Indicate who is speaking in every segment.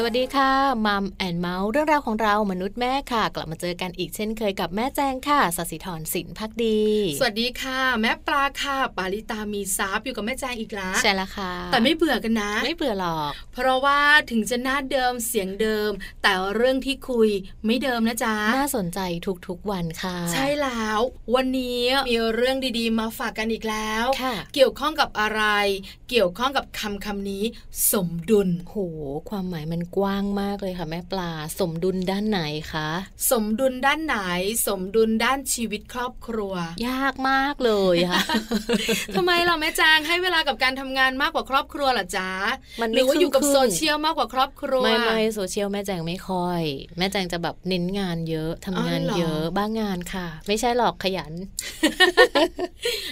Speaker 1: สวัสดีค่ะมัมแอนเมาส์เรื่องราวของเรามนุษย์แม่ค่ะ กลับมาเจอกันอีกเช่นเคยกับแม่แจงค่ะสศิธรสินพักดี
Speaker 2: สวัสดีค่ะ แม่ปลาค่ะ ปาลิตามีซับอยู่กับแม่แจงอีกแล้ว
Speaker 1: ใช่แล้วค่ะ
Speaker 2: แต่ไม่เบื่อกันนะ
Speaker 1: ไม่เบื่อหรอก
Speaker 2: เพราะว่าถึงจะหน้าเดิมเสียงเดิม แต่เรื่องที่คุยไม่เดิมนะจ๊ะ
Speaker 1: น่าสนใจทุกๆวันค่ะ
Speaker 2: ใช่แล้ว วันนี้มีเรื่องดีๆ มาฝากกันอีกแล้ว
Speaker 1: ค่ะ
Speaker 2: เกี่ยวข้องกับอะไร เกี่ยวข้องกับคำคำนี้ สมดุล
Speaker 1: โหความหมายมันกว้างมากเลยค่ะ แม่ปลาสมดุลด้านไหนคะ
Speaker 2: สมดุลด้านไหน สมดุลด้านชีวิตครอบครัว
Speaker 1: ยากมากเลย ค่ะ
Speaker 2: ทำไมเราแม่แจงให้เวลากับการทำงานมากกว่าครอบครัวเหรอจ๊ะ
Speaker 1: มัน
Speaker 2: ห
Speaker 1: ไม่
Speaker 2: รือว่าอยู่กับ
Speaker 1: ครึ่งๆ
Speaker 2: โซเชียลมากกว่าครอบครัว
Speaker 1: ไม่ไม่โซเชียลแม่แจงไม่ค่อย แม่แจงจะแบบเน้นงานเยอะทำงาน
Speaker 2: อ๋อเหรอ
Speaker 1: เยอะบ้างงานค่ะ ไม่ใช่หรอกขยัน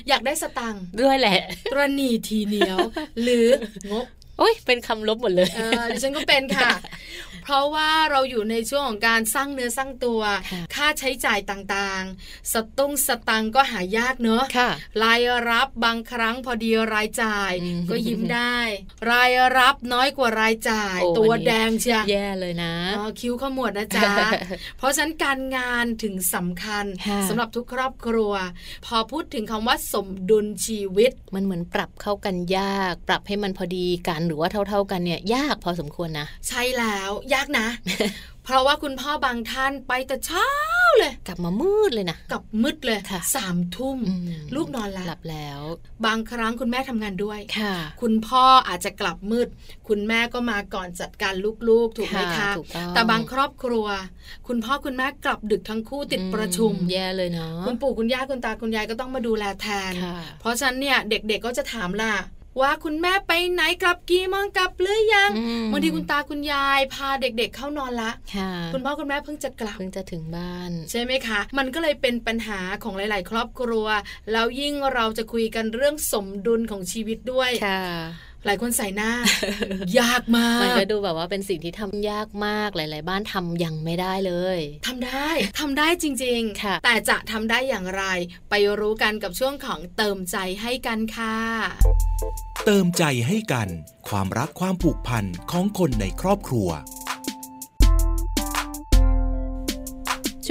Speaker 2: อยากได้สตังค์
Speaker 1: ด้วยแหละ
Speaker 2: ตรณีทีเหนียว หรืองก
Speaker 1: โอ้ยเป็นคำลบหมดเลย
Speaker 2: เออดิฉันก็เป็นค่ะ เพราะว่าเราอยู่ในช่วงของการสร้างเนื้อสร้างตัว
Speaker 1: ค่ะ
Speaker 2: ค่าใช้จ่ายต่างๆ สตุ้งสตังค์ก็หายากเนอะ
Speaker 1: ค่ะ
Speaker 2: รายรับบางครั้งพอดีรายจ่าย
Speaker 1: อืม
Speaker 2: ก็ยิ้มได้ รายรับน้อยกว่ารายจ่าย
Speaker 1: โอ้
Speaker 2: ตัว
Speaker 1: อันนี้
Speaker 2: แดงเชีย
Speaker 1: แย่เลยนะ
Speaker 2: อ๋อคิ้วขมวดนะ จ๊ะ เพราะฉะนั้นการงานถึงสำคัญ
Speaker 1: ค่ะ
Speaker 2: สำหรับทุกครอบครัว พอพูดถึงคำว่าสมดุลชีวิต
Speaker 1: มันเหมือนปรับเข้ากันยาก ปรับให้มันพอดีกันหรือว่าเท่า ๆกันเนี่ย ยากพอสมควรนะ
Speaker 2: ใช่แล้ว ยากนะ เพราะว่าคุณพ่อบางท่านไปแต่เช้าเลย
Speaker 1: กลับมามืดเลยนะ
Speaker 2: กลับมืดเลย
Speaker 1: ค่ะ
Speaker 2: สามทุ่ม
Speaker 1: อืม
Speaker 2: ลูกนอนละ
Speaker 1: หลับแล้ว
Speaker 2: บางครั้งคุณแม่ทำงานด้วย
Speaker 1: ค่ะ
Speaker 2: คุณพ่ออาจจะกลับมืด คุณแม่ก็มาก่อนจัดการลูกๆ ถูกไหมคะ
Speaker 1: ถูกต้อง
Speaker 2: แต่บางครอบครัว คุณพ่อคุณแม่กลับดึกทั้งคู่ติดประชุม
Speaker 1: อืแย่เลยเนาะ
Speaker 2: คุณปู่คุณย่าคุณตาคุณยายก็ต้องมาดูแลแทน
Speaker 1: ค่ะ
Speaker 2: เพราะฉะนันเนี่ยเด็กๆก็จะถามล่ะ ว่าคุณแม่ไปไหนกลับกี่โมงกลับหรือยัง
Speaker 1: อืม
Speaker 2: บางทีคุณตาคุณยายพาเด็กๆเข้านอนละ
Speaker 1: ค่ะ
Speaker 2: คุณพ่อคุณแม่เพิ่งจะกลับ
Speaker 1: เพิ่งจะถึงบ้าน
Speaker 2: ใช่ไหมคะ มันก็เลยเป็นปัญหาของหลาย ๆ ครอบครัว แล้วยิ่งเราจะคุยกันเรื่องสมดุลของชีวิตด้วย
Speaker 1: ค่ะ
Speaker 2: หลายคนใส่หน้า ยากมา
Speaker 1: มัน
Speaker 2: ก
Speaker 1: ก็ดูแบบว่าเป็นสิ่งที่ทำยากมากหลาย ๆ บ้านทำยังไม่ได้เลย
Speaker 2: ทำได้ทำได้จริง
Speaker 1: ค่ะ
Speaker 2: แต่จะทำได้อย่างไร ไปรู้กันกับช่วงของเติมใจให้กันค่ะ
Speaker 3: เติมใจให้กัน ความรักความผูกพันของคนในครอบครัว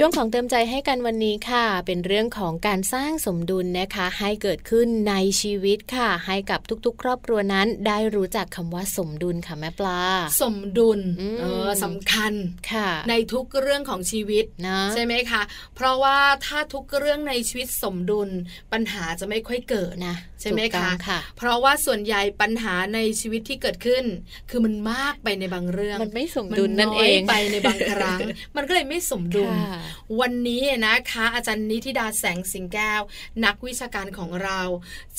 Speaker 1: ช่วงของเติมใจให้กันวันนี้ค่ะ เป็นเรื่องของการสร้างสมดุลนะคะ ให้เกิดขึ้นในชีวิตค่ะ ให้กับทุกๆ ครอบครัวนั้น ได้รู้จักคำว่าสมดุลค่ะแม่ปลา
Speaker 2: สมดุล
Speaker 1: อืม
Speaker 2: เออสำคัญ
Speaker 1: ค่ะ
Speaker 2: ในทุกเรื่องของชีวิต
Speaker 1: นะ
Speaker 2: ใช่ไหมคะ เพราะว่าถ้าทุกเรื่องในชีวิตสมดุล ปัญหาจะไม่ค่อยเกิด
Speaker 1: นะ
Speaker 2: ใช่ไหม
Speaker 1: ถูกต้อง
Speaker 2: คะ
Speaker 1: ค่ะ
Speaker 2: เพราะว่าส่วนใหญ่ปัญหาในชีวิตที่เกิดขึ้น คือมันมากไปในบางเรื่อง
Speaker 1: มันไม่สมดุลนั่น
Speaker 2: ย
Speaker 1: เอง
Speaker 2: ไปในบางครั้ง มันก็เลยไม่สมดุล
Speaker 1: ค่ะ
Speaker 2: วันนี้นะคะ อาจารย์นิธิดาแสงสิงแก้ว นักวิชาการของเรา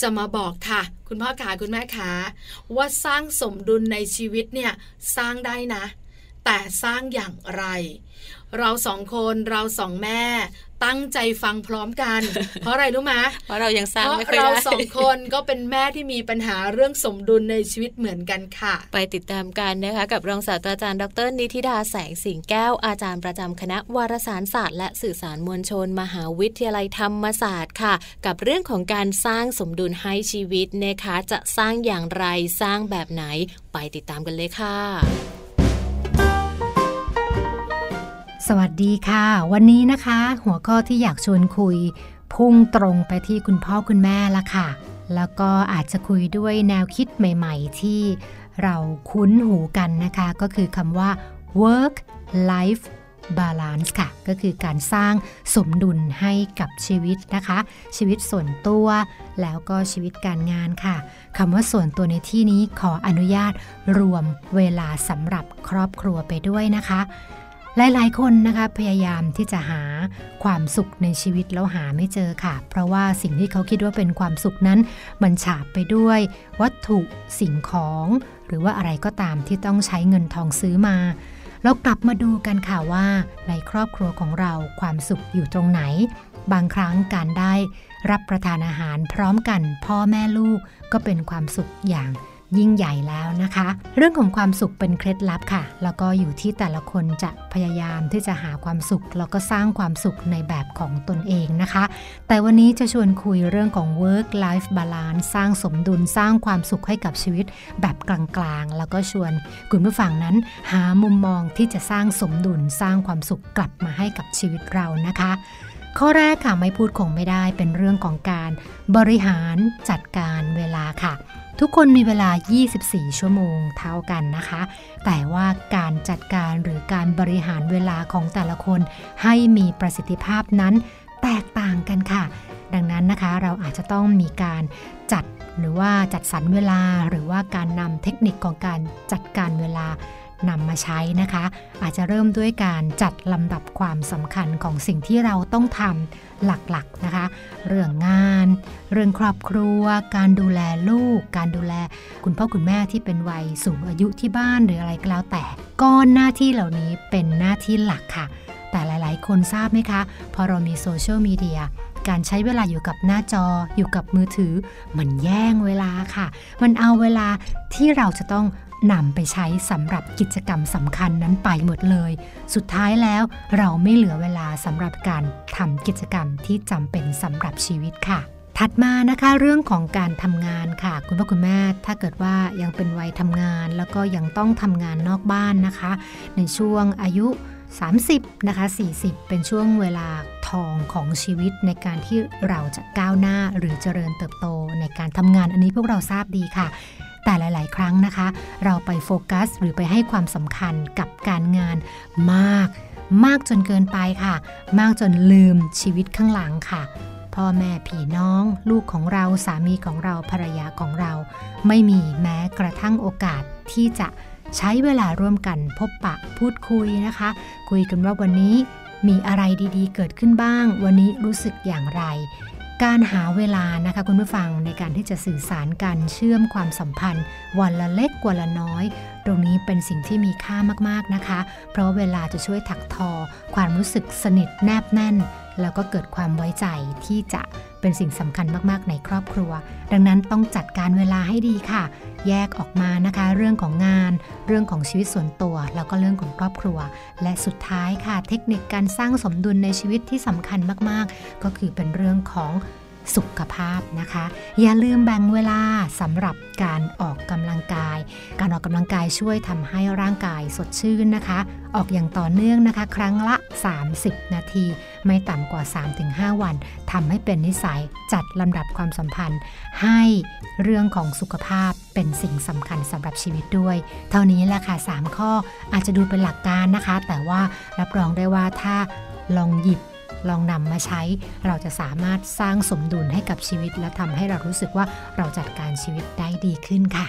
Speaker 2: จะมาบอกค่ะ คุณพ่อขาคุณแม่ขาว่าสร้างสมดุลในชีวิตเนี่ยสร้างได้นะ แต่สร้างอย่างไร เราสองคนเราสองแม่ ตั้งใจฟังพร้อมกัน เพราะอะไรรู้ไหมย
Speaker 1: เพราะเรายังสร้าง
Speaker 2: เพราะ
Speaker 1: ไม่ค่อย
Speaker 2: เรา
Speaker 1: ได้
Speaker 2: สองคนก็เป็นแม่ที่มีปัญหาเรื่องสมดุลในชีวิตเหมือนกันค่ะ
Speaker 1: ไปติดตามกันนะคะ กับรองศาสตราจารย์ดรนิติดาแสงสิงแก้วอาจารย์ประจำคณะวารสารศาสตร์และสื่อสารมวลชน มหาวิทยาลัยธรรมศาสตร์ค่ะ กับเรื่องของการสร้างสมดุลให้ชีวิตนะคะจะสร้างอย่างไรสร้างแบบไหน ไปติดตามกันเลยค่ะ
Speaker 4: สวัสดีค่ะ วันนี้นะคะ หัวข้อที่อยากชวนคุย พุ่งตรงไปที่คุณพ่อคุณแม่ละค่ะ แล้วก็อาจจะคุยด้วยแนวคิดใหม่ๆ ที่เราคุ้นหูกันนะคะ ก็คือคำว่า work life balance ค่ะ ก็คือการสร้างสมดุลให้กับชีวิตนะคะ ชีวิตส่วนตัว แล้วก็ชีวิตการงานค่ะคำว่าส่วนตัวในที่นี้ขออนุญาตรวมเวลาสำหรับครอบครัวไปด้วยนะคะ หลายๆ คนนะคะพยายามที่จะหาความสุขในชีวิตแล้วหาไม่เจอค่ะ เพราะว่าสิ่งที่เขาคิดว่าเป็นความสุขนั้น มันฉาบไปด้วย วัตถุสิ่งของ หรือว่าอะไรก็ตามที่ต้องใช้เงินทองซื้อมา เรากลับมาดูกันค่ะว่า ในครอบครัวของเราความสุขอยู่ตรงไหน บางครั้งการได้รับประทานอาหารพร้อมกันพ่อแม่ลูกก็เป็นความสุขอย่าง ยิ่งใหญ่แล้วนะคะ เรื่องของความสุขเป็นเคล็ดลับค่ะ แล้วก็อยู่ที่แต่ละคนจะพยายามที่จะหาความสุข แล้วก็สร้างความสุขในแบบของตนเองนะคะ แต่วันนี้จะชวนคุยเรื่องของ work life balance สร้างสมดุลสร้างความสุขให้กับชีวิตแบบกลางๆ แล้วก็ชวนคุณผู้ฟังนั้น หามุมมองที่จะสร้างสมดุลสร้างความสุขกลับมาให้กับชีวิตเรานะคะ ข้อแรกค่ะไม่พูดคงไม่ได้เป็นเรื่องของการบริหารจัดการเวลาค่ะ ทุกคนมีเวลา 24 ชั่วโมงเท่ากันนะคะ แต่ว่าการจัดการหรือการบริหารเวลาของแต่ละคน ให้มีประสิทธิภาพนั้นแตกต่างกันค่ะ ดังนั้นนะคะเราอาจจะต้องมีการจัดหรือว่าจัดสรรเวลาหรือว่าการนำเทคนิคของการจัดการเวลานำมาใช้นะคะ อาจจะเริ่มด้วยการจัดลำดับความสำคัญของสิ่งที่เราต้องทำหลักๆนะคะ เรื่องงาน เรื่องครอบครัว การดูแลลูก การดูแล คุณพ่อคุณแม่ที่เป็นวัยสูงอายุที่บ้านหรืออะไรก็แล้วแต่ก้อนหน้าที่เหล่านี้เป็นหน้าที่หลักค่ะ แต่หลาย ๆ คนทราบไหมคะ พอเรามีโซเชียลมีเดียการใช้เวลาอยู่กับหน้าจอ อยู่กับมือถือ มันแย่งเวลาค่ะ มันเอาเวลาที่เราจะต้องนำไปใช้สำหรับกิจกรรมสำคัญนั้นไปหมดเลย สุดท้ายแล้วเราไม่เหลือเวลาสำหรับการทำกิจกรรมที่จำเป็นสำหรับชีวิตค่ะ ถัดมานะคะเรื่องของการทำงานค่ะ คุณพ่อคุณแม่ถ้าเกิดว่ายังเป็นวัยทำงาน แล้วก็ยังต้องทำงานนอกบ้านนะคะ ในช่วงอายุ 30 นะคะ 40 เป็นช่วงเวลาทองของชีวิตในการที่เราจะก้าวหน้าหรือเจริญเติบโตในการทำงานอันนี้พวกเราทราบดีค่ะ แต่หลาย ๆ ครั้งนะคะ เราไปโฟกัส หรือไปให้ความสำคัญกับการงานมาก มากจนเกินไปค่ะ มากจนลืมชีวิตข้างหลังค่ะ พ่อแม่พี่น้อง ลูกของเราสามีของเราภรรยาของเรา ไม่มีแม้กระทั่งโอกาสที่จะใช้เวลาร่วมกันพบปะพูดคุยนะคะ คุยกันว่าวันนี้มีอะไรดีๆ เกิดขึ้นบ้าง วันนี้รู้สึกอย่างไร การหาเวลานะคะคุณผู้ฟังในการที่จะสื่อสารกันเชื่อมความสัมพันธ์ วันละเล็กวันละน้อย ตรงนี้เป็นสิ่งที่มีค่ามากๆนะคะ เพราะเวลาจะช่วยถักทอ ความรู้สึกสนิทแนบแน่น แล้วก็เกิดความไว้ใจที่จะเป็นสิ่งสำคัญมากๆ ในครอบครัว ดังนั้นต้องจัดการเวลาให้ดีค่ะ แยกออกมานะคะ เรื่องของงาน เรื่องของชีวิตส่วนตัว แล้วก็เรื่องของครอบครัว และสุดท้ายค่ะ เทคนิคการสร้างสมดุลในชีวิตที่สำคัญมากๆ ก็คือเป็นเรื่องของสุขภาพนะคะ อย่าลืมแบ่งเวลาสำหรับการออกกำลังกาย การออกกำลังกายช่วยทำให้ร่างกายสดชื่นนะคะ ออกอย่างต่อเนื่องนะคะ ครั้งละ 30 นาที ไม่ต่ำกว่า 3-5 วันทำให้เป็นนิสัยจัดลำดับความสัมพันธ์ ให้เรื่องของสุขภาพเป็นสิ่งสำคัญสำหรับชีวิตด้วย เท่านี้แหละค่ะ 3 ข้ออาจจะดูเป็นหลักการนะคะ แต่ว่ารับรองได้ว่าถ้าลองหยิบ ลองนำมาใช้ เราจะสามารถสร้างสมดุลให้กับชีวิต และทำให้เรารู้สึกว่าเราจัดการชีวิตได้ดีขึ้นค่ะ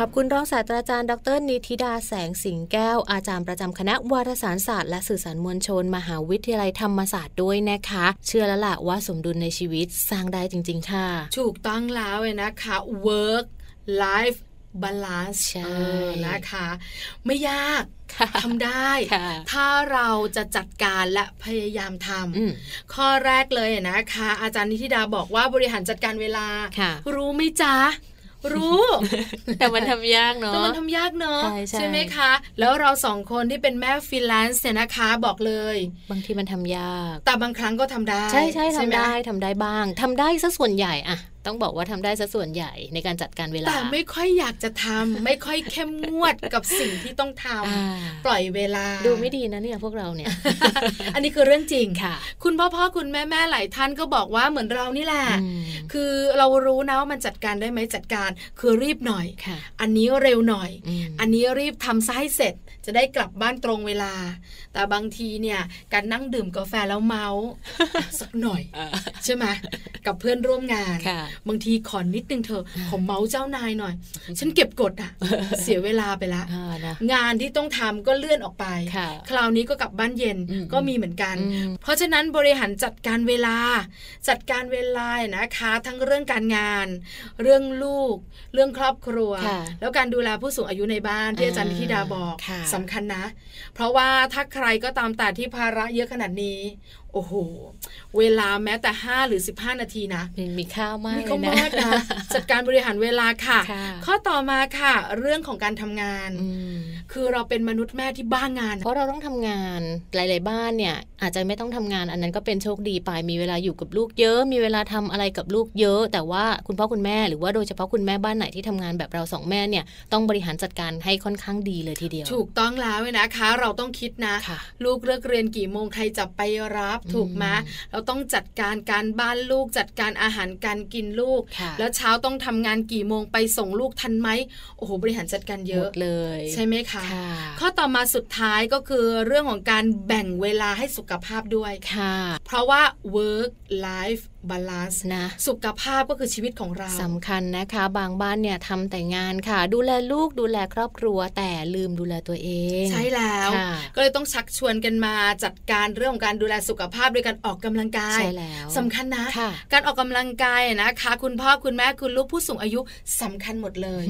Speaker 1: ขอบคุณรองศาสตราจารย์ดรนิติดาแสงสิงแก้ว อาจารย์ประจำคณะวารสารศาสตร์และสื่อสารมวลชน มหาวิทยาลัยธรรมศาสตร์ด้วยนะคะ เชื่อแล้วล่ะว่าสมดุลในชีวิตสร้างได้จริง ๆ ค่ะ
Speaker 2: ถูกต้องแล้วเลยนะคะ work life balance
Speaker 1: ใช่
Speaker 2: เออนะคะ ไม่ยาก
Speaker 1: ค่ะ
Speaker 2: ทำได้
Speaker 1: ค่ะ
Speaker 2: ถ้าเราจะจัดการและพยายามท
Speaker 1: อืม
Speaker 2: ำข้อแรกเลยนะคะ อาจารย์นิธิดาบอกว่าบริหารจัดการเวลา
Speaker 1: ค่ะ
Speaker 2: รู้ไหมจ๊ะ รู้
Speaker 1: แต่มันทำยากเนาะ
Speaker 2: แต่มันทำยากเนอะ
Speaker 1: ใช่ใช่
Speaker 2: ไหมคะ แล้วเราสองคนที่เป็นแม่ฟรีแลนซ์เนี่ยนะคะบอกเลย
Speaker 1: บางทีมันทำยาก
Speaker 2: แต่บางครั้งก็ทำได้
Speaker 1: ใช่ใช่
Speaker 2: หม
Speaker 1: ทำได้ทำได้บ้างทำได้ซะส่วนใหญ่อะต้องบอกว่าทำได้ซะส่วนใหญ่ในการจัดการเวลา
Speaker 2: แต่ไม่ค่อยอยากจะทำ ไม่ค่อยเข้มงวดกับสิ่งที่ต้องทำ
Speaker 1: อ่า
Speaker 2: ปล่อยเวลา
Speaker 1: ดูไม่ดีนะเนี่ยพวกเราเนี่ย
Speaker 2: อันนี้คือเรื่องจริง
Speaker 1: ค่ะ
Speaker 2: คุณพ่อพ่อคุณแม่แม่หลายท่านก็บอกว่าเหมือนเรานี่แหละ
Speaker 1: อืม
Speaker 2: คือเรารู้นะว่ามันจัดการได้ไหมจัดการคือรีบหน่อย
Speaker 1: ค่ะ
Speaker 2: อันนี้เร็วหน่อย
Speaker 1: อืม
Speaker 2: อันนี้รีบทำซะให้เสร็จจะได้กลับบ้านตรงเวลา แต่บางทีเนี่ยการนั่ง ดื่มกาแฟแล้วเมา สักหน่อย ใช่ไหมกับเพื่อนร่วมงาน
Speaker 1: ค่ะ
Speaker 2: บางทีขอนิดนึงเธอะขอเมาส์เจ้านายหน่อย ฉันเก็บกด อ่ะ เสียเวลาไปละ
Speaker 1: อ่านะ
Speaker 2: งานที่ต้องทำก็เลื่อนออกไป
Speaker 1: ค่ะ
Speaker 2: คราวนี้ก็กลับบ้านเย็น
Speaker 1: อืม
Speaker 2: ก็มีเหมือนกัน
Speaker 1: อืม
Speaker 2: เพราะฉะนั้นบริหารจัดการเวลา จัดการเวลานะคะ ทั้งเรื่องการงาน เรื่องลูก เรื่องครอบครัว
Speaker 1: ค่ะ
Speaker 2: แล้วการดูแลผู้สูงอายุในบ้านที่
Speaker 1: อ่า
Speaker 2: อาจารย์ธิดาบอก
Speaker 1: ค่ะ
Speaker 2: สำคัญนะ เพราะว่าถ้าใครก็ตามแต่ที่ภาระเยอะขนาดนี้ โอ้โห เวลาแม้แต่ 5 หรือ 15 นาทีนะ
Speaker 1: มันมีค่ามาก
Speaker 2: นี่
Speaker 1: เล
Speaker 2: ก็
Speaker 1: ย
Speaker 2: มาก นะ
Speaker 1: นะ
Speaker 2: จัดการบริหารเวลาค่ะ
Speaker 1: ค่ะ
Speaker 2: ข้อต่อมาค่ะ เรื่องของการทำงาน
Speaker 1: อืม
Speaker 2: คือเราเป็นมนุษย์แม่ที่บ้างาน
Speaker 1: เพราะเราต้องทำงานหลาย ๆ บ้านเนี่ย อาจจะไม่ต้องทำงาน อันนั้นก็เป็นโชคดีไปมีเวลาอยู่กับลูกเยอะ มีเวลาทำอะไรกับลูกเยอะ แต่ว่าคุณพ่อคุณแม่หรือว่าโดยเฉพาะคุณแม่บ้านไหนที่ทำงานแบบเราสองแม่เนี่ยต้องบริหารจัดการให้ค่อนข้างดีเลยทีเดียว
Speaker 2: ถูกต้องแล้วเลยนะคะ เราต้องคิดนะ
Speaker 1: ค่ะ
Speaker 2: ลูกเลิกเรียนกี่โมงใครจะไปรับ
Speaker 1: อืม
Speaker 2: ถูกไหมเราต้องจัดการการบ้านลูก จัดการอาหารการกินลูก
Speaker 1: ค่ะ
Speaker 2: แล้วเช้าต้องทำงานกี่โมงไปส่งลูกทันไหมโอ้โหบริหารจัดการเย
Speaker 1: หม
Speaker 2: อะ
Speaker 1: ดเลย
Speaker 2: ใช่ไหมคะ
Speaker 1: ค่ะ
Speaker 2: ข้อต่อมาสุดท้ายก็คือเรื่องของการแบ่งเวลาให้สุขภาพด้วย
Speaker 1: ค่ะ
Speaker 2: เพราะว่า work life balance
Speaker 1: นะ
Speaker 2: สุขภาพก็คือชีวิตของเรา
Speaker 1: สำคัญนะคะบางบ้านเนี่ยทำแต่งานค่ะ ดูแลลูกดูแลครอบครัว แต่ลืมดูแลตัวเอง
Speaker 2: ใช่แล้ว
Speaker 1: ค่ะ
Speaker 2: ก็เลยต้องชักชวนกันมาจัดการเรื่องของการดูแลสุขภาพโดยการออกกำลังกาย
Speaker 1: ใช่แล้ว
Speaker 2: สำคัญนะ
Speaker 1: ค่ะ
Speaker 2: การออกกำลังกายนะคะ คุณพ่อคุณแม่คุณลูกผู้สูงอายุสำคัญหมดเลย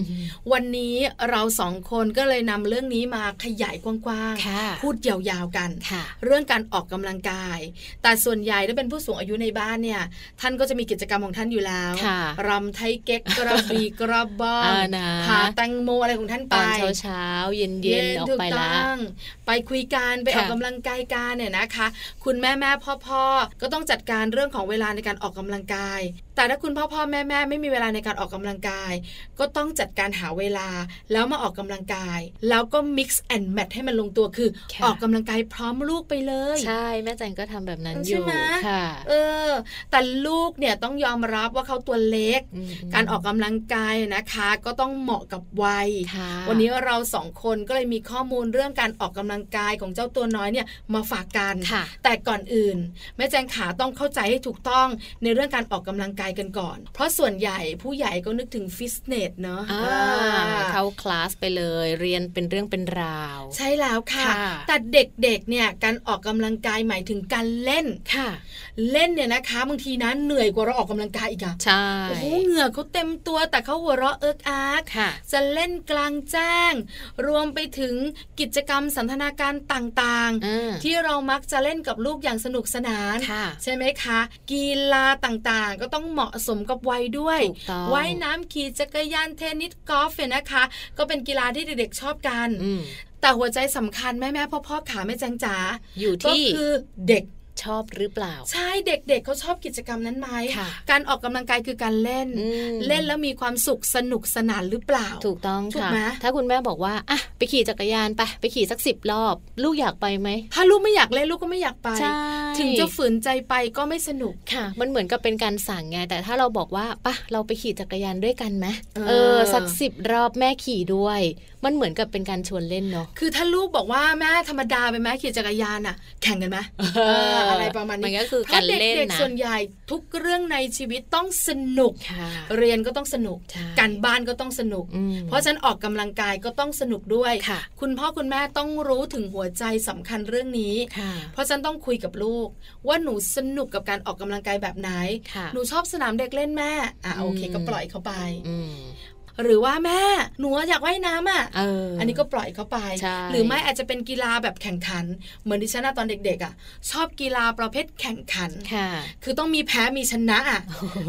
Speaker 2: วันนี้เราสองคนก็เลยนำเรื่องนี้มาขยายกว้าง
Speaker 1: ค่ะ
Speaker 2: ๆพูดยาวๆกัน
Speaker 1: ค่ะ
Speaker 2: เรื่องการออกกำลังกาย แต่ส่วนใหญ่ถ้าเป็นผู้สูงอายุในบ้านเนี่ย ท่านก็จะมีกิจกรรมของท่านอยู่แล้ว
Speaker 1: ค่ะ
Speaker 2: รำไทยเก๊กกระบี่กระบอง
Speaker 1: อ่านะ
Speaker 2: พาแตงโมอะไรของท่าน
Speaker 1: ต
Speaker 2: ไป
Speaker 1: อนเช้าเช้าๆเย็นเย็นๆออก
Speaker 2: ถู
Speaker 1: ไปละ
Speaker 2: ต้องไปคุยกันไปอ
Speaker 1: ค่ะ
Speaker 2: อกกำลังกายกันเนี่ยนะคะ คุณแม่แม่พ่อพ่อก็ต้องจัดการเรื่องของเวลาในการออกกำลังกาย แต่ถ้าคุณพ่อพ่อแม่แม่ไม่มีเวลาในการออกกำลังกาย ก็ต้องจัดการหาเวลาแล้วมาออกกำลังกาย แล้วก็ mix and match ให้มันลงตัวคือ
Speaker 1: ค่ะ
Speaker 2: ออกกำลังกายพร้อมลูกไปเลย
Speaker 1: ใช่แม่แจงก็ทำแบบนั้นอ
Speaker 2: ใช่
Speaker 1: ยู่
Speaker 2: ไหม
Speaker 1: ค่ะ
Speaker 2: เออ แต่ลูกเนี่ยต้องยอมรับว่าเขาตัวเล็ก
Speaker 1: ม
Speaker 2: การออกกำลังกายนะคะ ก็ต้องเหมาะกับวัย
Speaker 1: ค่ะ
Speaker 2: วันนี้เราสองคนก็เลยมีข้อมูลเรื่องการออกกำลังกายของเจ้าตัวน้อยเนี่ยมาฝากกัน
Speaker 1: ค่ะ
Speaker 2: แต่ก่อนอื่น แม่แจงขาต้องเข้าใจให้ถูกต้องในเรื่องการออกกำลังกายกันก่อน เพราะส่วนใหญ่ผู้ใหญ่ก็นึกถึงฟิตเนสเนอะ
Speaker 1: อ่า
Speaker 2: อ่า
Speaker 1: เข้าคลาสไปเลยเรียนเป็นเรื่องเป็นราว
Speaker 2: ใช่แล้วค่ะ
Speaker 1: ค่ะ
Speaker 2: แต่เด็กๆเนี่ยการออกกำลังกายหมายถึงการเล่น
Speaker 1: ค่ะ
Speaker 2: เล่นเนี่ยนะคะบางทีนะเหนื่อยกว่าเราออกกำลังกายอีกอะ
Speaker 1: ใช่
Speaker 2: โอ้โหเหงื่อเขาเต็มตัวแต่เขาหัวเราะเอิกอาร์ก
Speaker 1: ค่ะ
Speaker 2: จะเล่นกลางแจ้ง รวมไปถึงกิจกรรมสันทนาการต่าง
Speaker 1: อืม
Speaker 2: ๆ ที่เรามักจะเล่นกับลูกอย่างสนุกสนาน
Speaker 1: ค่ะ
Speaker 2: ใช่ไหมคะ กีฬาต่างๆ ก็ต้องเหมาะสมกับวัยด้วย
Speaker 1: ถูกต้อง
Speaker 2: ว่ายน้ำขี่จักรยานเทนนิสกอล์ฟเนี่ยนะคะ ก็เป็นกีฬาที่เด็กๆชอบกัน
Speaker 1: อืม
Speaker 2: แต่หัวใจสำคัญแม่แม่พ่อพ่อๆขาแม่แจงจ๋า
Speaker 1: อยู่
Speaker 2: ก็
Speaker 1: ที่
Speaker 2: คือเด็ก
Speaker 1: ชอบหรือเปล่า
Speaker 2: ใช่เด็กๆเขาชอบกิจกรรมนั้นไหม
Speaker 1: ค่ะ
Speaker 2: การออกกำลังกายคือการเล่น
Speaker 1: อืม
Speaker 2: เล่นแล้วมีความสุขสนุกสนานหรือเปล่า
Speaker 1: ถูกต้อง
Speaker 2: ถูก
Speaker 1: ค่ะ
Speaker 2: ไหม
Speaker 1: ถ้าคุณแม่บอกว่าอ่ะไปขี่จักรยานไปไปขี่สักสิบรอบ ลูกอยากไปไหม
Speaker 2: ถ้าลูกไม่อยากเล่นลูกก็ไม่อยากไป ถึงจะฝืนใจไปก็ไม่สนุก
Speaker 1: ค่ะ มันเหมือนกับเป็นการสั่งไง แต่ถ้าเราบอกว่าปะเราไปขี่จักรยานด้วยกันไหม
Speaker 2: เออ
Speaker 1: เออ สักสิบรอบแม่ขี่ด้วย มันเหมือนกับเป็นการชวนเล่นเนาะ
Speaker 2: คือถ้าลูกบอกว่าแม่ธรรมดาไปไหมขี่จักรยานอ่ะ แข่งกันไหมเอออะไรประมาณ
Speaker 1: มัน
Speaker 2: นี้
Speaker 1: ก็คือการ
Speaker 2: เพาะ
Speaker 1: รเล่น
Speaker 2: เด็ก
Speaker 1: นะ
Speaker 2: ๆส่วนใหญ่ทุกเรื่องในชีวิตต้องสนุก
Speaker 1: ค่ะ
Speaker 2: เรียนก็ต้องสนุก
Speaker 1: ใช่
Speaker 2: การบ้านก็ต้องสนุก
Speaker 1: อืม
Speaker 2: เพราะฉะนั้นออกกำลังกายก็ต้องสนุกด้วย
Speaker 1: ค่ะ
Speaker 2: ณพ่อคุณแม่ต้องรู้ถึงหัวใจสำคัญเรื่องนี้
Speaker 1: ค่ะ
Speaker 2: เพราะฉะนันต้องคุยกับลูก ว่าหนูสนุกกับการออกกำลังกายแบบไหน
Speaker 1: ค่ะ
Speaker 2: หนูชอบสนามเด็กเล่นแม่อ่ะโอเค
Speaker 1: อืม
Speaker 2: ก็ปล่อยเขาไป
Speaker 1: อืม
Speaker 2: หรือว่าแม่หนูอยากว่ายน้ำอ่ะ
Speaker 1: เออ
Speaker 2: อั
Speaker 1: อั
Speaker 2: นนี้ก็ปล่อยเขาไป
Speaker 1: ใช่
Speaker 2: หรือไม่อาจจะเป็นกีฬาแบบแข่งขัน เหมือนดิฉันนะตอนเด็กๆอ่ะ ชอบกีฬาประเภทแข่งขัน
Speaker 1: ค่ะ
Speaker 2: คือต้องมีแพ้มีชนะ อ่ะ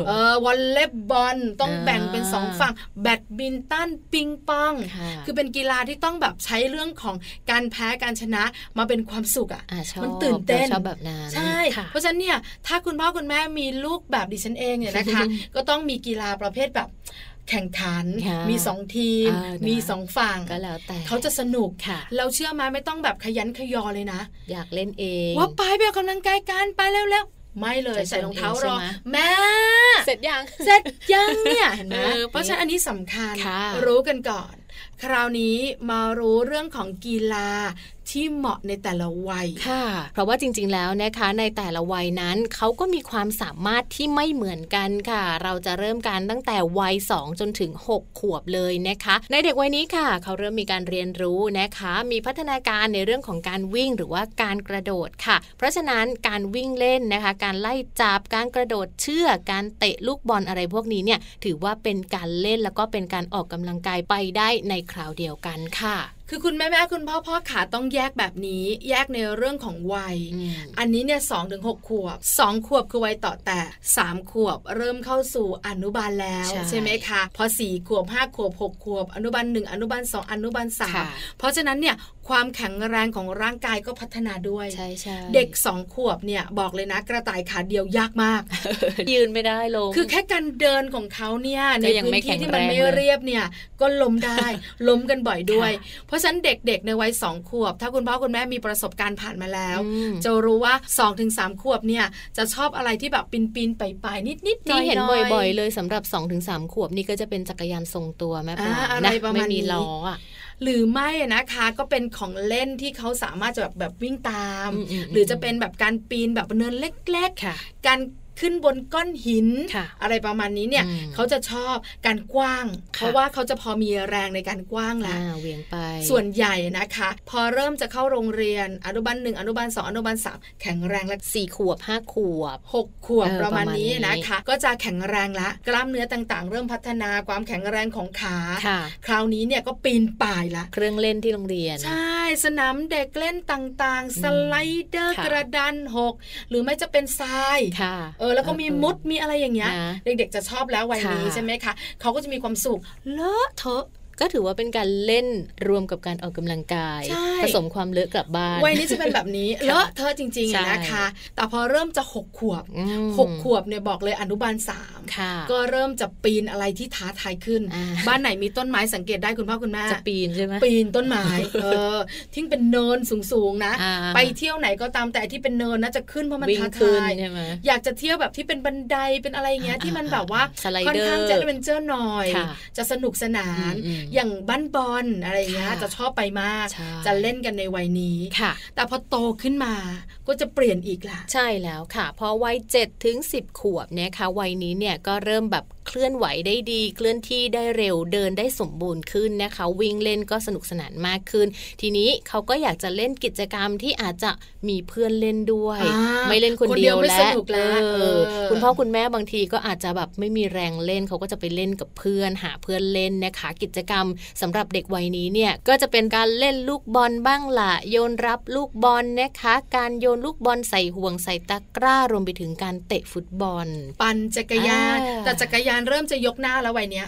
Speaker 2: เออวอลเลย์บอลต้อง
Speaker 1: อ่า
Speaker 2: แบ่งเป็นสองฝั่งแบดมินตันปิงปอง
Speaker 1: ค่ะ
Speaker 2: คือเป็นกีฬาที่ต้องแบบใช้เรื่องของการแพ้การชนะมาเป็นความสุขอ่ะ
Speaker 1: อ่ะชอบ
Speaker 2: มันตื่นเต้น
Speaker 1: ราชอบแบบนั้น
Speaker 2: ใช่
Speaker 1: ค่ะ
Speaker 2: เพราะฉะนั้นเนี่ยถ้าคุณพ่อคุณแม่มีลูกแบบดิฉันเองเนี่ยนะคะ ก็ต้องมีกีฬาประเภทแบบแข่งขัน
Speaker 1: ค่ะ
Speaker 2: มีสองทีม
Speaker 1: อ่านะ
Speaker 2: มีสองฝั่ง
Speaker 1: ก็แล้วแต่
Speaker 2: เขาจะสนุก
Speaker 1: ค่ะ
Speaker 2: เราเชื่อไหมาไม่ต้องแบบขยันขยอเลยนะ
Speaker 1: อยากเล่นเอง
Speaker 2: ว่าไปไปออกกำลังกายกันไปแล้วแล้วๆไม่เลย
Speaker 1: จะ
Speaker 2: ใส่รองเท้า
Speaker 1: ชวนเอง
Speaker 2: รอ
Speaker 1: ใช่ไหม
Speaker 2: แม่
Speaker 1: เสร็จยัง
Speaker 2: เสร็จยัง เนี่ยเห็นไหม
Speaker 1: เออ
Speaker 2: เพราะฉะนั้นอันนี้สำคัญ
Speaker 1: ค่ะ
Speaker 2: รู้กันก่อน คราวนี้มารู้เรื่องของกีฬา ที่เหมาะในแต่ละวัย
Speaker 1: ค่ะ เพราะว่าจริงๆ แล้วนะคะในแต่ละวัยนั้นเขาก็มีความสามารถที่ไม่เหมือนกันค่ะ เราจะเริ่มกันตั้งแต่วัย 2 จนถึง 6 ขวบเลยนะคะ ในเด็กวัยนี้ค่ะ เขาเริ่มมีการเรียนรู้นะคะ มีพัฒนาการในเรื่องของการวิ่งหรือว่าการกระโดดค่ะ เพราะฉะนั้นการวิ่งเล่นนะคะ การไล่จับการกระโดดเชือกการเตะลูกบอลอะไรพวกนี้เนี่ยถือว่าเป็นการเล่นแล้วก็เป็นการออกกำลังกายไปได้ในคราวเดียวกันค่ะ
Speaker 2: คือคุณแม่แม่ๆคุณพ่อพ่อขาต้องแยกแบบนี้ แยกในเรื่องของวัย
Speaker 1: อืม
Speaker 2: อันนี้เนี่ยสองถึงหกขวบสองขวบคือวัยต่อแต่สามขวบ เริ่มเข้าสู่อนุบาลแล้ว
Speaker 1: ใช่
Speaker 2: ใช่ไหมคะ พอสี่ขวบห้าขวบหกขวบ อนุบาลหนึ่งอนุบาลสองอนุบาลสาม
Speaker 1: ค่ะ
Speaker 2: เพราะฉะนั้นเนี่ยความแข็งแรงของร่างกายก็พัฒนาด้วย
Speaker 1: ใช่ใช่
Speaker 2: เด็กสองขวบเนี่ยบอกเลยนะกระต่ายขาเดียวยากมาก
Speaker 1: ยืนไม่ได้ลง
Speaker 2: คือแค่การเดินของเขาเนี่ยใน
Speaker 1: ก็ยัง
Speaker 2: พื้น
Speaker 1: ไม่แข็
Speaker 2: ที่
Speaker 1: ง
Speaker 2: ที่มันไม่
Speaker 1: แรงเลย
Speaker 2: เรียบเนี่ยก็ล้มได้ ล้มกันบ่อยด้วย
Speaker 1: ค่ะ
Speaker 2: เพราะฉะนั้นเด็กๆในวัยสองขวบ ถ้าคุณพ่อคุณแม่มีประสบการณ์ผ่านมาแล้ว
Speaker 1: อืม
Speaker 2: จะรู้ว่า2อถึงสามขวบเนี่ยจะชอบอะไรที่แบบปีนปีนๆไปไปนิดนิดๆหน่
Speaker 1: ที่
Speaker 2: อยๆ
Speaker 1: เห็นบ่อยๆ เลยสำหรับ 2-3 ขวบนี่ก็จะเป็นจักรยานทรงตัวแม่ปลา
Speaker 2: อ่าอะไร
Speaker 1: นะ
Speaker 2: ประมา
Speaker 1: ไม่
Speaker 2: ณนี้
Speaker 1: มีล้ออ่ะ
Speaker 2: หรือไม่อะนะคะก็เป็นของเล่นที่เขาสามารถจะแบบแบบวิ่งตาม
Speaker 1: อืมอืมอืม
Speaker 2: หรือจะเป็นแบบการปีนแบบเนินเล็ก ๆ
Speaker 1: ค่ะ
Speaker 2: การขึ้นบนก้อนหิน
Speaker 1: ค่ะ
Speaker 2: อะไรประมาณนี้เนี่ย
Speaker 1: อืม
Speaker 2: เขาจะชอบการกว้าง เพ
Speaker 1: ค่ะ
Speaker 2: ราะว่าเขาจะพอมีแรงในการกว้างแห
Speaker 1: อ่า
Speaker 2: ละ
Speaker 1: เหวียงไป
Speaker 2: ส่วนใหญ่นะคะ พอเริ่มจะเข้าโรงเรียนอนุบาลหนึ่งอนุบาลสองอนุบาลสามแข็งแรงและ
Speaker 1: 4 ขวบ 5 ขวบ
Speaker 2: หกขวบ
Speaker 1: เออ
Speaker 2: ประมาณ
Speaker 1: ประมาณนี้
Speaker 2: นี้นะคะ ก็จะแข็งแรงละกล้ามเนื้อต่างๆ เริ่มพัฒนาความแข็งแรงของขา
Speaker 1: ค่ะ
Speaker 2: คราวนี้เนี่ยก็ปีนป่ายละ
Speaker 1: เครื่องเล่นที่โรงเรียน
Speaker 2: ใช่ สนามเด็กเล่นต่างๆ สไลเดอร์
Speaker 1: ค่ะ
Speaker 2: กระดานหกหรือไม่จะเป็นทราย
Speaker 1: ค่ะ
Speaker 2: เออแล้วก็มี
Speaker 1: เออ
Speaker 2: มุดมีอะไรอย่างเงี้ย
Speaker 1: นะ
Speaker 2: เด็กๆจะชอบแล้ววัยนี้
Speaker 1: ค่ะ
Speaker 2: ใช่ไหมคะเขาก็จะมีความสุข
Speaker 1: เลอะเทอะก็ถือว่าเป็นการเล่นรวมกับการออกกำลังกาย
Speaker 2: ใช่
Speaker 1: ผสมความเลอะกลับบ้าน
Speaker 2: วัยนี้จะเป็นแบบนี้
Speaker 1: ค่ะ
Speaker 2: เลอะเทอะจริงๆอะ
Speaker 1: ใช่
Speaker 2: นะคะ แต่พอเริ่มจะหกขวบ
Speaker 1: อืม
Speaker 2: หกขวบเนี่ยบอกเลยอนุบาลสาม
Speaker 1: ค่ะ
Speaker 2: ก็เริ่มจะปีนอะไรที่ท้าทายขึ้น
Speaker 1: อ่า
Speaker 2: บ้านไหนมีต้นไม้สังเกตได้คุณพ่อคุณแม่
Speaker 1: จะปีนใช่ไหม
Speaker 2: ปีนต้นไม้ เออ ทิ้งเป็นเนินสูงๆนะ
Speaker 1: อ่า
Speaker 2: ไปเที่ยวไหนก็ตามแต่ที่เป็นเนินน่าจะขึ้นเพราะมัน
Speaker 1: วิ่ง
Speaker 2: ท้า
Speaker 1: ขึ้
Speaker 2: ทาน ย
Speaker 1: ใช่ไหม
Speaker 2: อยากจะเที่ยวแบบที่เป็นบันไดเป็นอะไรอย่างเงี้ย
Speaker 1: อ่า
Speaker 2: ที่มันแบบว่า
Speaker 1: สไล
Speaker 2: ค่อน
Speaker 1: เดอร์
Speaker 2: ข้างจะเป็นเจ้าหน่อย
Speaker 1: ค่ะ
Speaker 2: จะสนุกสนาน
Speaker 1: อืมๆ
Speaker 2: อย่างบ้านบอลอะไรอย่างเงี้ย
Speaker 1: ค่ะ
Speaker 2: จะชอบไปมาก
Speaker 1: ใช่
Speaker 2: จะเล่นกันในวัยนี้
Speaker 1: ค่ะ
Speaker 2: แต่พอโตขึ้นมาก็จะเปลี่ยนอีกล่ะ
Speaker 1: ใช่แล้วค่ะ พอวัย7ถึง10 ขวบเนี่ยค่ะวัยนี้เนี่ยก็เริ่มแบบเคลื่อนไหวได้ดี เคลื่อนที่ได้เร็วเดินได้สมบูรณ์ขึ้นนะคะ วิ่งเล่นก็สนุกสนานมากขึ้น ทีนี้เขาก็อยากจะเล่นกิจกรรมที่อาจจะมีเพื่อนเล่นด้วย
Speaker 2: อ่า
Speaker 1: ไม่เล่นคน
Speaker 2: คนเดี
Speaker 1: เดี
Speaker 2: ย
Speaker 1: ยวว
Speaker 2: ไม่
Speaker 1: แล้
Speaker 2: ส
Speaker 1: ว
Speaker 2: นุกแล้ว
Speaker 1: เอ
Speaker 2: เอ
Speaker 1: อ
Speaker 2: อ
Speaker 1: คุณพ่อคุณแม่บางทีก็อาจจะแบบไม่มีแรงเล่นเขาก็จะไปเล่นกับเพื่อนหาเพื่อนเล่นนะคะ กิจกรรมสำหรับเด็กวัยนี้เนี่ยก็จะเป็นการเล่นลูกบอลบ้างล่ะโยนรับลูกบอลนะคะ การโยนลูกบอลใส่ห่วงใส่ตะกร้ารวมไปถึงการเตะฟุตบอล
Speaker 2: ปั่นจักรยาน
Speaker 1: อ่า
Speaker 2: แต่จักรยานเริ่มจะยกหน้าแล้ววัยเนี้ย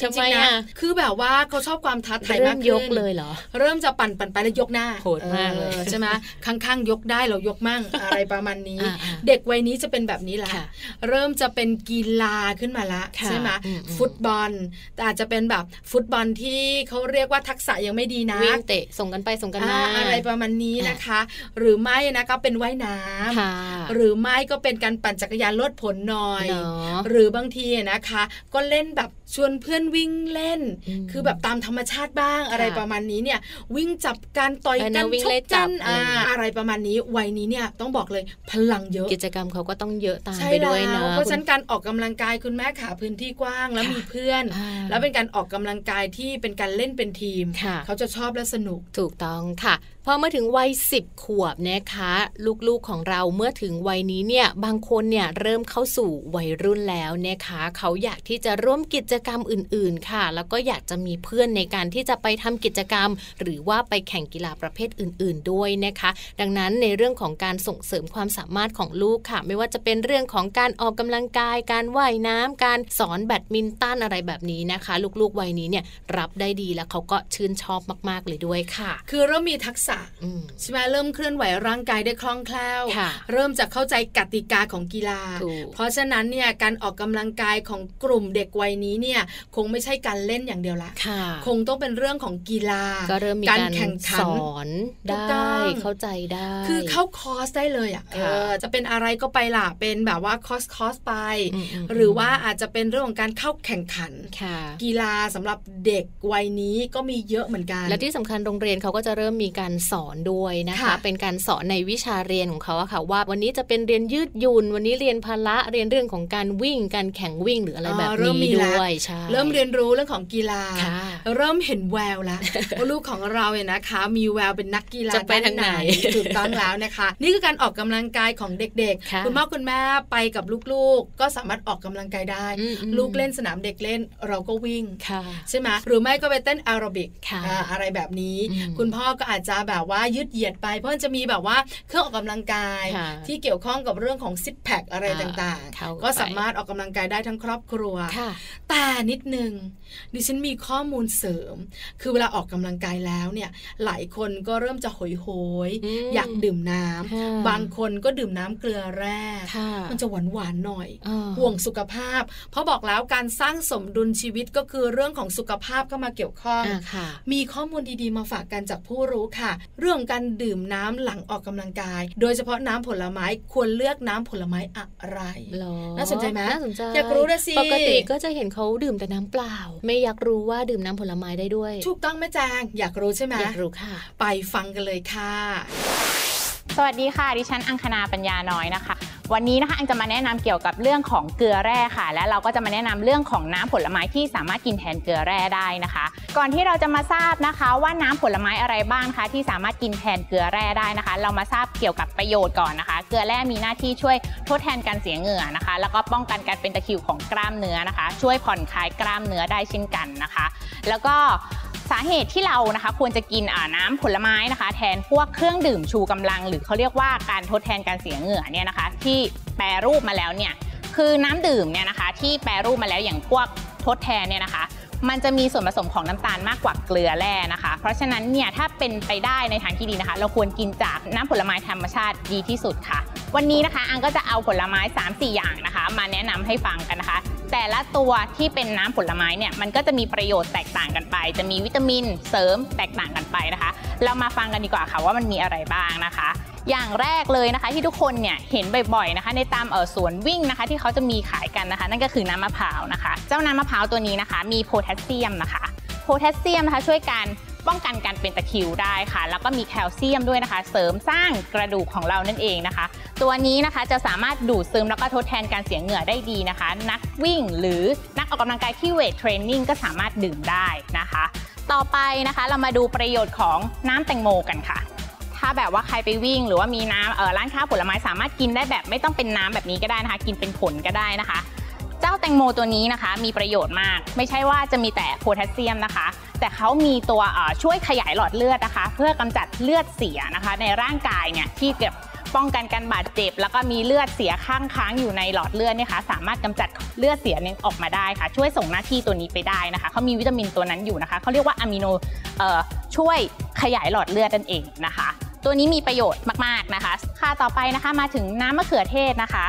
Speaker 2: จริงๆนะคือแบบว่าเขาชอบความท้าทาย
Speaker 1: เริ่
Speaker 2: มาก
Speaker 1: ม
Speaker 2: ขึ้น
Speaker 1: ยกเลยเหรอ
Speaker 2: เริ่มจะปั่นปั่นไปแล้วยกหน้า
Speaker 1: โหดมากเลย
Speaker 2: ออใช่ไหมข้างๆยกได้เรายกมั่งอะไรประมาณนี้
Speaker 1: อ่าๆ
Speaker 2: เด็กวัยนี้จะเป็นแบบนี้ละ
Speaker 1: ค่ะ
Speaker 2: เริ่มจะเป็นกีฬาขึ้นมาละ
Speaker 1: ค่ะ
Speaker 2: ใช่ไหม
Speaker 1: อืมๆ
Speaker 2: ฟุตบอล แต่อาจจะเป็นแบบฟุตบอลที่เขาเรียกว่าทักษะยังไม่ดีนะ
Speaker 1: วิ่งเตะส่งกันไปส่งกัน
Speaker 2: อ่า
Speaker 1: มา
Speaker 2: อะไรประมาณนี้
Speaker 1: อ่ะ
Speaker 2: นะคะ หรือไม่นะก็เป็นว่ายน้ำ
Speaker 1: ค่ะ
Speaker 2: หรือไม่ก็เป็นการปั่นจักรยานลดผลหน่อย
Speaker 1: เนาะ
Speaker 2: หรือบางทีนะคะ ก็เล่นแบบชวนเพื่อนวิ่งเล่น
Speaker 1: อืม
Speaker 2: คือแบบตามธรรมชาติบ้าง
Speaker 1: ค่ะ
Speaker 2: อะไรประมาณนี้เนี่ย วิ่งจับกันต่อย
Speaker 1: เออ
Speaker 2: กั
Speaker 1: นะ
Speaker 2: น
Speaker 1: วิ่ง
Speaker 2: ช
Speaker 1: ไล่
Speaker 2: ก
Speaker 1: จั
Speaker 2: กับ น
Speaker 1: อะไร
Speaker 2: อ่า
Speaker 1: อย่างเงี้ย
Speaker 2: อะไรประมาณนี้วัยนี้เนี่ยต้องบอกเลยพลังเยอะ
Speaker 1: กิจกรรมเขาก็ต้องเยอะตาม
Speaker 2: ใช่
Speaker 1: ไป
Speaker 2: แล้
Speaker 1: ด้วยเนาะ
Speaker 2: วเพราะฉะนั้นการออกกำลังกายคุณแม่ขาพื้นที่กว้าง แล้ว
Speaker 1: ค่ะ
Speaker 2: มีเพื่อน
Speaker 1: อ่า
Speaker 2: แล้วเป็นการออกกำลังกายที่เป็นการเล่นเป็นทีม
Speaker 1: ค่ะ
Speaker 2: เขาจะชอบและสนุก
Speaker 1: ถูกต้องค่ะ พอมาถึงวัย 10 ขวบนะคะ ลูกๆของเราเมื่อถึงวัยนี้เนี่ยบางคนเนี่ยเริ่มเข้าสู่วัยรุ่นแล้วนะคะ เขาอยากที่จะร่วมกิจกรรมอื่นๆค่ะ แล้วก็อยากจะมีเพื่อนในการที่จะไปทำกิจกรรม หรือว่าไปแข่งกีฬาประเภทอื่น ๆ ด้วยนะคะ ดังนั้นในเรื่องของการส่งเสริมความสามารถของลูกค่ะ ไม่ว่าจะเป็นเรื่องของการออกกำลังกาย การว่ายน้ำการสอนแบดมินตันอะไรแบบนี้นะคะ ลูกๆวัยนี้เนี่ยรับได้ดีแล้วเขาก็ชื่นชอบมากๆเลยด้วยค่ะ
Speaker 2: คือเริ่มมีทักษะ
Speaker 1: อืม
Speaker 2: ใช่ไหมเริ่มเคลื่อนไหวร่างกายได้คล่องแคล่ว
Speaker 1: ค่ะ
Speaker 2: เริ่มจะเข้าใจกติกาของกีฬา
Speaker 1: ถูก
Speaker 2: เพราะฉะนั้นเนี่ยการออกกำลังกายของกลุ่มเด็กวัยนี้เนี่ เนี่ย คงไม่ใช่การเล่นอย่างเดียวละ
Speaker 1: ค่ะ
Speaker 2: คงต้องเป็นเรื่องของกีฬา
Speaker 1: ก็เริ่มมีการ
Speaker 2: แข่งขั
Speaker 1: ส
Speaker 2: น
Speaker 1: อน
Speaker 2: ถู
Speaker 1: ได
Speaker 2: กต้
Speaker 1: ้
Speaker 2: อง
Speaker 1: เข้าใจได้
Speaker 2: คือเข้าคอร์สได้เลยอ่ะ
Speaker 1: ค่ะ
Speaker 2: เออจะเป็นอะไรก็ไปล่ะเป็นแบบว่าคอร์สคอร์สไป
Speaker 1: อืมม
Speaker 2: หรือว่าอาจจะเป็นเรื่องของการเข้าแข่งขัน
Speaker 1: ค่ะ
Speaker 2: กีฬาสำหรับเด็กวัยนี้ก็มีเยอะเหมือนกัน
Speaker 1: และที่สำคัญโรงเรียนเขาก็จะเริ่มมีการสอนด้วยนะคะ
Speaker 2: ค่ะ
Speaker 1: เป็นการสอนในวิชาเรียนของเขาอะค่ะ ว่าวันนี้จะเป็นเรียนยืดหยุ่นวันนี้เรียนพละเรียนเรื่องของการวิ่งการแข่งวิ่งหรืออะไรแบบ
Speaker 2: อ่าเริ่ม
Speaker 1: นี้
Speaker 2: มี
Speaker 1: ด้
Speaker 2: ละ
Speaker 1: วยใช่
Speaker 2: เริ่มเรียนรู้เรื่องของกีฬา
Speaker 1: ค่ะ
Speaker 2: เริ่มเห็นแววแล้ว ว่าลูกของเราเนี่ยนะคะ มีแววเป็นนักกีฬา
Speaker 1: จะไปทางไหน
Speaker 2: ด้หถูกต้องแล้วนะคะ นี่คือการออกกำลังกายของเด็ก
Speaker 1: ค่ะ
Speaker 2: ๆณพ่อคุณแม่ไปกับลูกๆ ก็สามารถออกกำลังกายได้
Speaker 1: อืมอืม
Speaker 2: ลูกเล่นสนามเด็กเล่นเราก็วิ่ง
Speaker 1: ค่ะ
Speaker 2: ใช่ไหมหรือไม่ก็ไปเต้นแอโรบิก
Speaker 1: ค่ะ
Speaker 2: อ่าอะไรแบบนี้
Speaker 1: อืม
Speaker 2: คุณพ่อก็อาจจะแบบว่ายืดเหยียดไป เพราะมันจะมีแบบว่าเครื่องออกกำลังกาย
Speaker 1: ค่ะ
Speaker 2: ที่เกี่ยวข้องกับเรื่องของซิปแพคอะไร
Speaker 1: อ่า
Speaker 2: ต่าง
Speaker 1: เข้า
Speaker 2: ๆ ก็
Speaker 1: ไป
Speaker 2: สามารถออกกำลังกายได้ทั้งครอบครัว
Speaker 1: ค่ะ
Speaker 2: แต่นิดนึงดิฉันมีข้อมูลเสริม คือเวลาออกกำลังกายแล้วเนี่ยหลายคนก็เริ่มจะหอยโหย
Speaker 1: อืม
Speaker 2: อยากดื่มน้ำ
Speaker 1: ค่ะ
Speaker 2: บางคนก็ดื่มน้ำเกลือแร่
Speaker 1: ค่ะ
Speaker 2: มันจะหวานหวานๆหน่อย
Speaker 1: อ่า
Speaker 2: ห่วงสุขภาพ เพราะบอกแล้วการสร้างสมดุลชีวิตก็คือเรื่องของสุขภาพเข้ามาเกี่ยวข้อง
Speaker 1: อ่าค่ะ
Speaker 2: มีข้อมูลดีๆมาฝากกันจากผู้รู้ค่ะ เรื่องของการดื่มน้ำหลังออกกำลังกาย โดยเฉพาะน้ำผลไม้ควรเลือกน้ำผลไม้อะไร
Speaker 1: หรอ
Speaker 2: น่าสนใจไหม
Speaker 1: น่าสนใจ
Speaker 2: อยากรู้ด้วยสิ
Speaker 1: ปกติก็จะเห็นเขาดื่มแต่น้ำเปล่า ไม่อยากรู้ว่าดื่มน้ำผลไม้ได้ด้วย
Speaker 2: ถูกต้องไหมแจงอยากรู้ใช่ไหม
Speaker 1: อยากรู้ค่ะ
Speaker 2: ไปฟังกันเลยค่ะ
Speaker 5: สวัสดีค่ะ ดิฉันอังคณาปัญญาน้อยนะคะ วันนี้นะคะอังจะมาแนะนำเกี่ยวกับเรื่องของเกลือแร่ค่ะ และเราก็จะมาแนะนำเรื่องของน้ำผลไม้ที่สามารถกินแทนเกลือแร่ได้นะคะ ก่อนที่เราจะมาทราบนะคะว่าน้ำผลไม้อะไรบ้างคะที่สามารถกินแทนเกลือแร่ได้นะคะ เรามาทราบเกี่ยวกับประโยชน์ก่อนนะคะ เกลือแร่มีหน้าที่ช่วยทดแทนการเสียเหงื่อนะคะ แล้วก็ป้องกันการเป็นตะคริวของกล้ามเนื้อนะคะ ช่วยผ่อนคลายกล้ามเนื้อได้เช่นกันนะคะ แล้วก็สาเหตุที่เรานะคะควรจะกินอ่าน้ำผลไม้นะคะ แทนพวกเครื่องดื่มชูกำลัง หรือเขาเรียกว่าการทดแทนการเสียเหงื่อเนี่ยนะคะ ที่แปรรูปมาแล้วเนี่ยคือน้ำดื่มเนี่ยนะคะ ที่แปรรูปมาแล้วอย่างพวกทดแทนเนี่ยนะคะ มันจะมีส่วนผสมของน้ำตาลมากกว่าเกลือแร่นะคะ เพราะฉะนั้นเนี่ยถ้าเป็นไปได้ในทางที่ดีนะคะ เราควรกินจากน้ำผลไม้ธรรมชาติดีที่สุดค่ะ วันนี้นะคะอังก็จะเอาผลไม้ 3-4 อย่างนะคะ มาแนะนำให้ฟังกันนะคะ แต่ละตัวที่เป็นน้ำผลไม้เนี่ยมันก็จะมีประโยชน์แตกต่างกันไป จะมีวิตามินเสริมแตกต่างกันไปนะคะ เรามาฟังกันดีกว่าค่ะว่ามันมีอะไรบ้างนะคะ อย่างแรกเลยนะคะที่ทุกคนเนี่ยเห็นบ่อยๆนะคะ ในตามเออสวนวิ่งนะคะ ที่เขาจะมีขายกันนะคะ นั่นก็คือน้ำมะพร้าวนะคะ เจ้าน้ำมะพร้าวตัวนี้นะคะ มีโพแทสเซียมนะคะ โพแทสเซียมนะคะช่วยการป้องกันการเป็นตะคริวได้ค่ะ แล้วก็มีแคลเซียมด้วยนะคะ เสริมสร้างกระดูกของเรานั่นเองนะคะ ตัวนี้นะคะจะสามารถดูดซึมแล้วก็ทดแทนการเสียเหงื่อได้ดีนะคะ นักวิ่งหรือนักออกกำลังกายที่เวทเทรนนิ่งก็สามารถดื่มได้นะคะ ต่อไปนะคะเรามาดูประโยชน์ของน้ำแตงโมกันค่ะ ถ้าแบบว่าใครไปวิ่งหรือว่ามีน้ำเออร้านค้าผลไม้สามารถกินได้แบบไม่ต้องเป็นน้ำแบบนี้ก็ได้นะคะ กินเป็นผลก็ได้นะคะ เจ้าแตงโมตัวนี้นะคะมีประโยชน์มาก ไม่ใช่ว่าจะมีแต่โพแทสเซียมนะคะ แต่เขามีตัวเอ่อช่วยขยายหลอดเลือดนะคะ เพื่อกำจัดเลือดเสียนะคะ ในร่างกายเนี่ยที่เก็บป้องกันการบาดเจ็บ แล้วก็มีเลือดเสียข้างค้างอยู่ในหลอดเลือดเนยคะสามารถกำจัดเลือดเสียเนี่ยออกมาได้ค่ะ ช่วยส่งหน้าที่ตัวนี้ไปได้นะคะเขามีวิตามินตัวนั้นอยู่นะคะเขาเรียกว่าอะมิโน เอ่อช่วยขยายหลอดเลือดนั่นเองนะคะ ตัวนี้มีประโยชน์มากๆนะคะ ค่าต่อไปนะคะมาถึงน้ำมะเขือเทศนะคะ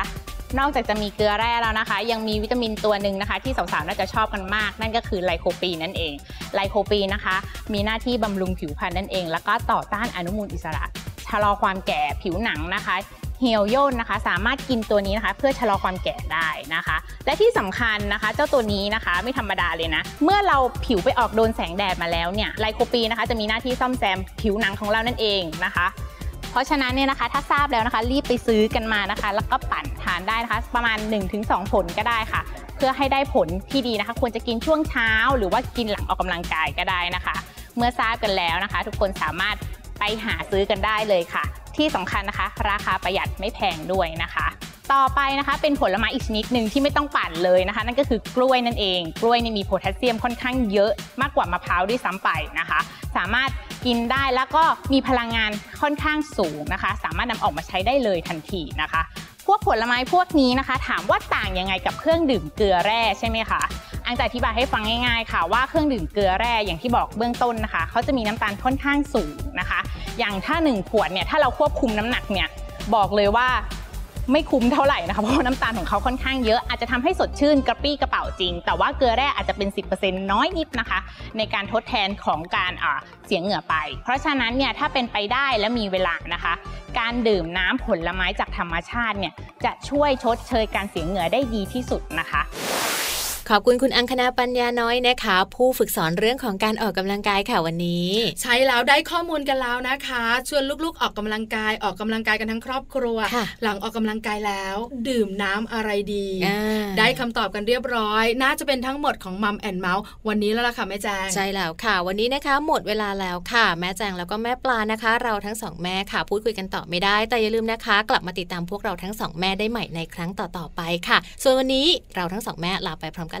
Speaker 5: นอกจากจะมีเกลือแร่แล้วนะคะ ยังมีวิตามินตัวหนึ่งนะคะ ที่สาวๆน่าจะชอบกันมาก นั่นก็คือไลโคปีนนั่นเอง ไลโคปีนนะคะ มีหน้าที่บำรุงผิวพรรณนั่นเอง แล้วก็ต่อต้านอนุมูลอิสระ ชะลอความแก่ผิวหนังนะคะเหี่ยวย่นนะคะ สามารถกินตัวนี้นะคะ เพื่อชะลอความแก่ได้นะคะ และที่สำคัญนะคะ เจ้าตัวนี้นะคะไม่ธรรมดาเลยนะ เมื่อเราผิวไปออกโดนแสงแดดมาแล้วเนี่ยไลโคปีนนะคะจะมีหน้าที่ซ่อมแซมผิวหนังของเรานั่นเองนะคะ เพราะฉะนั้นเนี่ยนะคะถ้าทราบแล้วนะคะ รีบไปซื้อกันมานะคะ แล้วก็ปั่นทานได้นะคะ ประมาณ 1-2 ผลก็ได้ค่ะ เพื่อให้ได้ผลที่ดีนะคะ ควรจะกินช่วงเช้า หรือว่ากินหลังออกกำลังกายก็ได้นะคะ เมื่อทราบกันแล้วนะคะ ทุกคนสามารถไปหาซื้อกันได้เลยค่ะ ที่สำคัญนะคะ ราคาประหยัดไม่แพงด้วยนะคะ ต่อไปนะคะเป็นผลไม้อีกชนิดหนึ่งที่ไม่ต้องปั่นเลยนะคะ นั่นก็คือกล้วยนั่นเอง กล้วยเนี่ยมีโพแทสเซียมค่อนข้างเยอะมากกว่ามะพร้าวด้วยซ้ำไปนะคะ สามารถกินได้แล้วก็มีพลังงานค่อนข้างสูงนะคะ สามารถนำออกมาใช้ได้เลยทันทีนะคะ พวกผลไม้พวกนี้นะคะ ถามว่าต่างยังไงกับเครื่องดื่มเกลือแร่ใช่ไหมคะ อันจะอธิบายให้ฟังง่ายๆ ค่ะว่าเครื่องดื่มเกลือแร่อย่างที่บอกเบื้องต้นนะคะ เขาจะมีน้ำตาลค่อนข้างสูงนะคะ อย่างถ้า 1 ขวดเนี่ยถ้าเราควบคุมน้ำหนักเนี่ยบอกเลยว่า ไม่คุ้มเท่าไหร่นะคะเพราะว่าน้ำตาลของเขาค่อนข้างเยอะอาจจะทำให้สดชื่นกระปรี้กระเป๋าจริง แต่ว่าเกลือแร่อาจจะเป็น 10%น้อยนิดนะคะ ในการทดแทนของการอ่าเสียเหงื่อไป เพราะฉะนั้นเนี่ยถ้าเป็นไปได้และมีเวลานะคะ การดื่มน้ำผลไม้จากธรรมชาติเนี่ยจะช่วยชดเชยการเสียเหงื่อได้ดีที่สุดนะคะ
Speaker 1: ขอบคุณคุณอังคณาปัญญาน้อยนะคะ ผู้ฝึกสอนเรื่องของการออกกำลังกายค่ะวันนี้
Speaker 2: ใช้แล้วได้ข้อมูลกันแล้วนะคะ ชวนลูกๆออกกำลังกายออกกำลังกายกันทั้งครอบครัว
Speaker 1: ค่ะ
Speaker 2: หลังออกกำลังกายแล้ว ดื่มน้ำอะไรดี
Speaker 1: อ่า
Speaker 2: ได้คำตอบกันเรียบร้อย น่าจะเป็นทั้งหมดของมัมแอนเมาส์วันนี้แล้วล่ะค่ะแม่แจง
Speaker 1: ใช่แล้วค่ะ วันนี้นะคะ หมดเวลาแล้วค่ะ แม่แจงแล้วก็แม่ปลานะคะ เราทั้งสองแม่ค่ะ พูดคุยกันต่อไม่ได้ แต่อย่าลืมนะคะ กลับมาติดตามพวกเราทั้งสองแม่ได้ใหม่ในครั้งต่อๆไปค่ะ ส่วนวันนี้เราทั้งสองแม่ลาไปพร้อมกัน